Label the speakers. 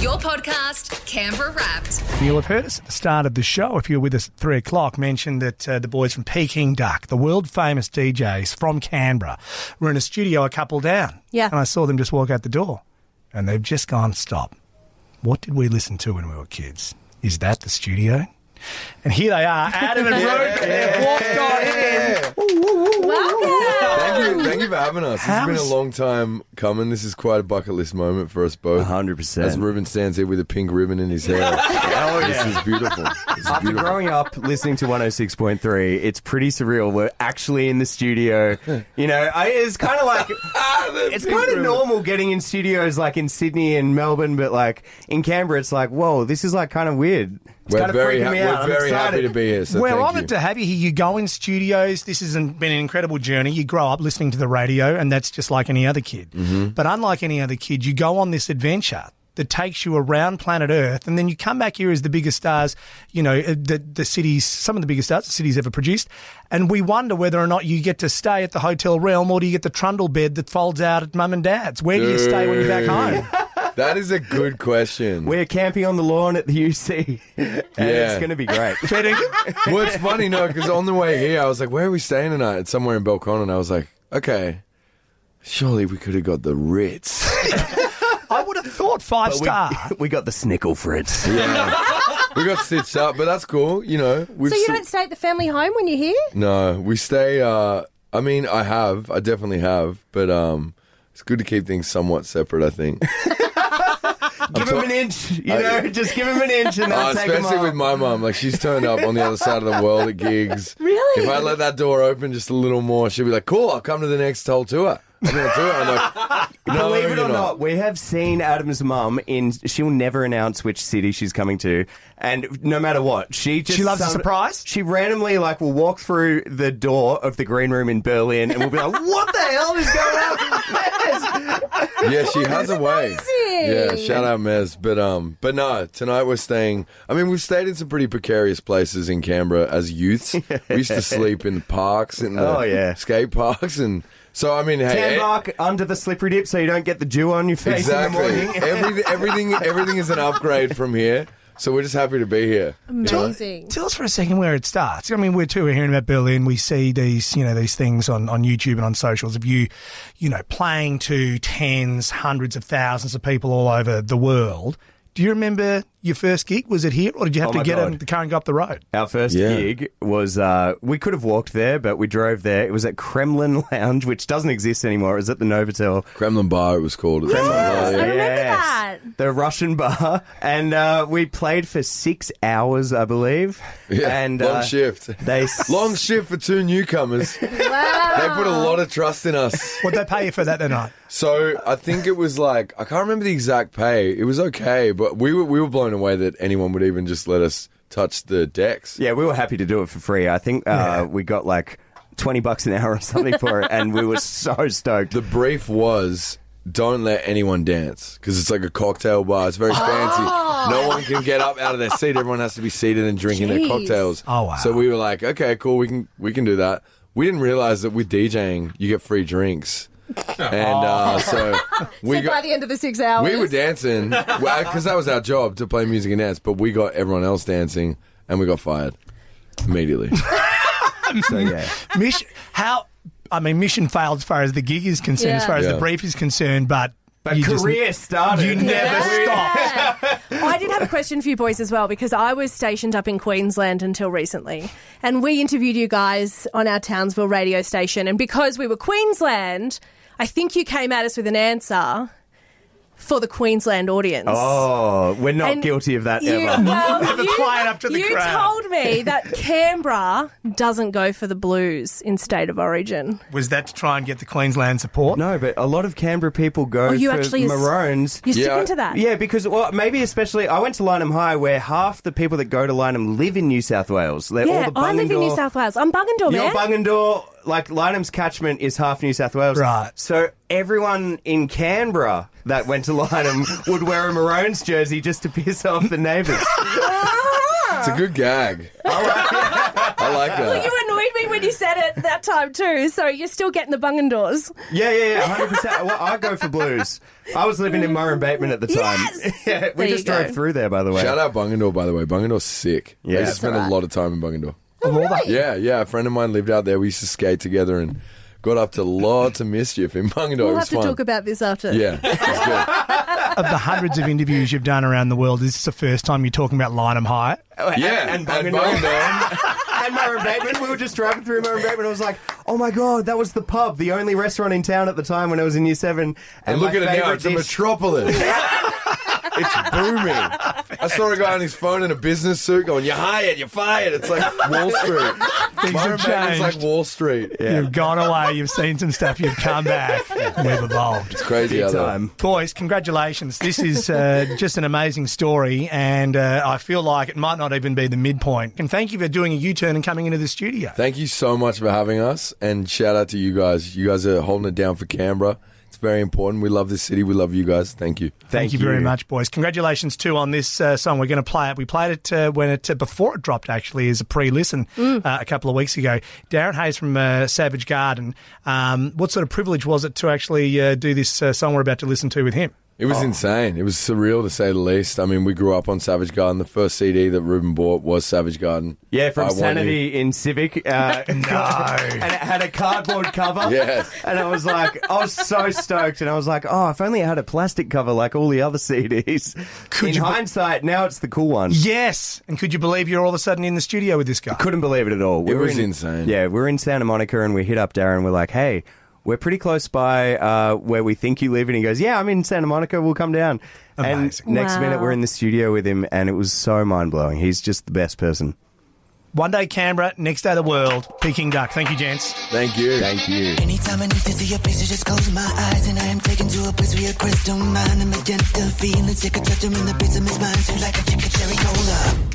Speaker 1: Your podcast, Canberra Wrapped.
Speaker 2: You'll have heard us at the start of the show, if you're with us at three o'clock, mention that uh, the boys from Peking Duck, the world famous DJs from Canberra, were in a studio a couple down.
Speaker 3: Yeah.
Speaker 2: And I saw them just walk out the door. And they've just gone, stop. What did we listen to when we were kids? Is that the studio? And here they are, Adam and Ruth. They've walked on in. Ooh, ooh, ooh, ooh.
Speaker 4: Oh,
Speaker 5: Thank you, thank you for having us. It's been a
Speaker 2: How's-
Speaker 5: long time coming. This is quite a bucket list moment for us both.
Speaker 4: 100%.
Speaker 5: As Ruben stands here with a pink ribbon in his hair. This is beautiful. This
Speaker 2: Ah,
Speaker 5: is
Speaker 4: After
Speaker 5: beautiful.
Speaker 4: growing up listening to 106.3, it's pretty surreal. We're actually in the studio. You know, I, it's kind of like it's kind of normal getting in studios like in Sydney and Melbourne, but like in Canberra, it's like whoa, this is like kind of weird. It's
Speaker 5: We're
Speaker 4: kind of
Speaker 5: very,
Speaker 4: freaking
Speaker 5: ha-
Speaker 4: me out.
Speaker 5: we're
Speaker 4: I'm
Speaker 5: very
Speaker 4: excited.
Speaker 5: happy to be here. So
Speaker 2: We're
Speaker 5: thank
Speaker 2: honoured
Speaker 5: you.
Speaker 2: to have you here. You go in studios. This has been an incredible journey. You grow up listening to the radio, and that's just like any other kid.
Speaker 5: Mm-hmm.
Speaker 2: But unlike any other kid, you go on this adventure that takes you around planet Earth, and then you come back here as the biggest stars, you know, uh, the, the cities, some of the biggest stars the city's ever produced. And we wonder whether or not you get to stay at the hotel realm or do you get the trundle bed that folds out at mum and dad's? Where do you stay when you're back home?
Speaker 5: That is a good question.
Speaker 4: We're camping on the lawn at the UC, and it's going to be great.
Speaker 5: well, it's funny, no, because on the way here, I was like, where are we staying tonight? It's somewhere in Belconnen. And I was like, okay, surely we could have got the Ritz.
Speaker 2: I would have thought five star.
Speaker 4: we, we got the snickle for it.
Speaker 5: we got stitched up, but that's cool, you know. We've
Speaker 3: So you
Speaker 5: se-
Speaker 3: don't stay at the family home when you're here?
Speaker 5: No, we stay. Uh, I mean, I have. I definitely have. But um, it's good to keep things somewhat separate. I think,
Speaker 4: give him an inch, you
Speaker 5: I-
Speaker 4: know, just give him an inch, and
Speaker 5: uh,
Speaker 4: that'll take him
Speaker 5: especially
Speaker 4: off.
Speaker 5: with my mum. Like she's turned up on the other side of the world at gigs. Really? If I let that door open just a little more, she'll be like, "Cool, I'll come to the next whole tour." I'm on tour. I'm like, "No,
Speaker 4: Believe it
Speaker 5: you're
Speaker 4: or not, we have seen Adam's mum in. She'll never announce which city she's coming to, and no matter what, she just
Speaker 2: She loves a
Speaker 4: some-
Speaker 2: surprise?
Speaker 4: She randomly like will walk through the door of the green room in Berlin, and we'll be like, "What the hell is going on?"
Speaker 5: Yeah, she has a way. Yeah, shout out Mez. But um, but no, tonight we're staying. I mean, we've stayed in some pretty precarious places in Canberra as youths. we used to sleep in parks and the
Speaker 4: Oh, yeah.
Speaker 5: skate parks and. So I mean, hey, eh?
Speaker 4: Ten mark under the slippery dip, so you don't get the dew on your face in the
Speaker 5: exactly.
Speaker 4: morning.
Speaker 5: Everything, everything, everything is an upgrade from here. So we're just happy to be here.
Speaker 3: Amazing.
Speaker 2: Tell us for a second where it starts. I mean, we're too we're hearing about Berlin. We see these, you know, these things on, on YouTube and on socials of you, you know, playing to tens, hundreds of thousands of people all over the world. Do you remember your first gig? Was it here, or did you have
Speaker 4: Oh
Speaker 2: to
Speaker 4: my
Speaker 2: get
Speaker 4: God.
Speaker 2: on the car and go up the road?
Speaker 4: Our first
Speaker 5: Yeah.
Speaker 4: gig was uh, we could have walked there, but we drove there. It was at Kremlin Lounge, which doesn't exist anymore. It was at the Novotel.
Speaker 5: Kremlin Bar, it was uh, called. At the time.
Speaker 3: I
Speaker 5: Yeah.
Speaker 3: remember
Speaker 4: Yes.
Speaker 3: that.
Speaker 4: The Russian bar, and uh, we played for six hours, I believe.
Speaker 5: Yeah,
Speaker 4: and
Speaker 5: long
Speaker 4: uh,
Speaker 5: shift.
Speaker 4: They s-
Speaker 5: Long shift for two newcomers. They put a lot of trust in us.
Speaker 2: Would they pay you for that that night?
Speaker 5: So I think it was like I can't remember the exact pay. It was okay, but we were we were blown away that anyone would even just let us touch the decks.
Speaker 4: Yeah, we were happy to do it for free. I think uh, we got like twenty bucks an hour or something for it, and we were so stoked.
Speaker 5: The brief was don't let anyone dance because it's like a cocktail bar. It's very fancy. No one can get up out of their seat. Everyone has to be seated and drinking their
Speaker 3: Jeez.
Speaker 5: cocktails.
Speaker 2: Oh, wow.
Speaker 5: So we were like, okay, cool. We can we can do that. We didn't realize that with DJing you get free drinks, and uh, so we
Speaker 3: So
Speaker 5: got
Speaker 3: by the end of the six hours.
Speaker 5: We were dancing because that was our job to play music and dance, but we got everyone else dancing and we got fired immediately.
Speaker 4: so yeah,
Speaker 2: Mission, how? I mean, mission failed as far as the gig is concerned, as
Speaker 3: Yeah.
Speaker 2: far as the
Speaker 5: Yeah.
Speaker 2: brief is concerned, but
Speaker 4: but
Speaker 2: you just-
Speaker 4: career started.
Speaker 2: you never stop.
Speaker 6: I did have a question for you boys as well because I was stationed up in Queensland until recently. And we interviewed you guys on our Townsville radio station. And because we were Queensland, I think you came at us with an answer for the Queensland audience.
Speaker 4: Oh, we're not
Speaker 6: And
Speaker 4: guilty of that
Speaker 6: You,
Speaker 4: ever.
Speaker 6: well,
Speaker 2: Never
Speaker 6: you-
Speaker 2: play it up to the
Speaker 6: you
Speaker 2: crowd.
Speaker 6: told me that Canberra doesn't go for the blues in state of origin.
Speaker 2: Was that to try and get the Queensland support?
Speaker 4: No, but a lot of Canberra people go
Speaker 6: Oh, you
Speaker 4: for
Speaker 6: actually-
Speaker 4: Maroons.
Speaker 6: You're
Speaker 5: Yeah, I-
Speaker 6: sticking to that.
Speaker 4: Yeah, because well, maybe especially I went to Lyneham High, where half the people that go to Lyneham live in New South Wales. They're
Speaker 6: Yeah, oh,
Speaker 4: all the
Speaker 6: I live in New
Speaker 4: Bungendore-
Speaker 6: South Wales. I'm Bungendore, man.
Speaker 4: Your Bungendore, like Lynham's catchment is half New South Wales.
Speaker 2: Right.
Speaker 4: So everyone in Canberra that went to Lynham would wear a Maroons jersey just to piss off the neighbours.
Speaker 5: it's a good gag. I I like
Speaker 6: Well,
Speaker 5: that.
Speaker 6: you annoyed me when you said it that time too, so you're still getting the bungendores.
Speaker 4: Yeah, yeah, yeah, hundred percent. Well, I go for blues. I was living in Murray Bateman at the time.
Speaker 6: Yes!
Speaker 4: yeah,
Speaker 6: There
Speaker 4: we
Speaker 6: you
Speaker 4: just
Speaker 6: go.
Speaker 4: drove through there, by the way.
Speaker 5: Shout out Bungendore, by the way. Bungendore's sick. Yeah, I used to
Speaker 4: That's
Speaker 5: spend a lot of time in Bungendore.
Speaker 2: Of all that-
Speaker 5: Yeah, yeah. A friend of mine lived out there. We used to skate together and got up to lots of mischief in Bungendore. it
Speaker 6: We'll
Speaker 5: was
Speaker 6: have to
Speaker 5: fun.
Speaker 6: talk about this after.
Speaker 5: yeah, it's good.
Speaker 2: of the hundreds of interviews you've done around the world, is this the first time you're talking about Lyneham High?
Speaker 5: yeah. and
Speaker 4: and Bungendore.
Speaker 5: Bungendore.
Speaker 4: and Murray Bateman. We were just driving through Murray Bateman. I was like, oh my god, that was the pub, the only restaurant in town at the time when I was in year seven.
Speaker 5: And look
Speaker 4: my
Speaker 5: at it now,
Speaker 4: favourite
Speaker 5: it's a
Speaker 4: dish-
Speaker 5: metropolis. it's booming. I saw a guy on his phone in a business suit going, You're hired, you're fired. It's like Wall Street.
Speaker 2: Things have
Speaker 5: It's like
Speaker 2: changed.
Speaker 5: Wall Street.
Speaker 2: You've gone away, you've seen some stuff, you've come back, we've evolved.
Speaker 5: It's crazy how that.
Speaker 4: time.
Speaker 2: Boys, congratulations. This is uh, just an amazing story, and uh, I feel like it might not even be the midpoint. And thank you for doing a U turn and coming into the studio.
Speaker 5: Thank you so much for having us, and shout out to you guys. You guys are holding it down for Canberra. It's very important. We love this city. We love you guys. Thank you.
Speaker 2: Thank, you, very much, boys. Congratulations too on this uh, song. We're going to play it. We played it uh, when it uh, before it dropped actually as a pre-listen uh, a couple of weeks ago. Darren Hayes from uh, Savage Garden. Um, what sort of privilege was it to actually uh, do this uh, song we're about to listen to with him?
Speaker 5: It
Speaker 4: Oh.
Speaker 5: was insane. It was surreal to say the least. I mean, we grew up on Savage Garden. The first CD that Ruben bought was Savage Garden.
Speaker 4: Yeah,
Speaker 5: I
Speaker 4: from
Speaker 5: Want You.
Speaker 4: Sanity in Civic. Uh,
Speaker 2: No.
Speaker 4: and it had a cardboard cover.
Speaker 5: Yes.
Speaker 4: And I was like, I was so stoked. And I was like, oh, if only I had a plastic cover like all the other CDs.
Speaker 2: Could
Speaker 4: in
Speaker 2: you-
Speaker 4: hindsight, now it's the cool one.
Speaker 2: Yes, and could you believe you're all of a sudden in the studio with this guy?
Speaker 4: Couldn't believe it at all. We
Speaker 5: It
Speaker 4: were
Speaker 5: was insane.
Speaker 4: Yeah, we are in Santa Monica and we hit up Darren. We're like, hey, we're pretty close by uh, where we think you live. And he goes, yeah, I'm in Santa Monica. We'll come down.
Speaker 2: Amazing.
Speaker 4: And next
Speaker 6: Wow.
Speaker 4: minute, we're in the studio with him. And it was so mind blowing. He's just the best person.
Speaker 2: One day Canberra, next day the world. Peking duck. Thank you, gents.
Speaker 5: Thank you. Thank you.
Speaker 7: Anytime I need to see your face, I just close my eyes And I am taken to a place where your crystal mind And magenta feeling sick of touching in the beats of his mind Sweet like a chicken cherry cola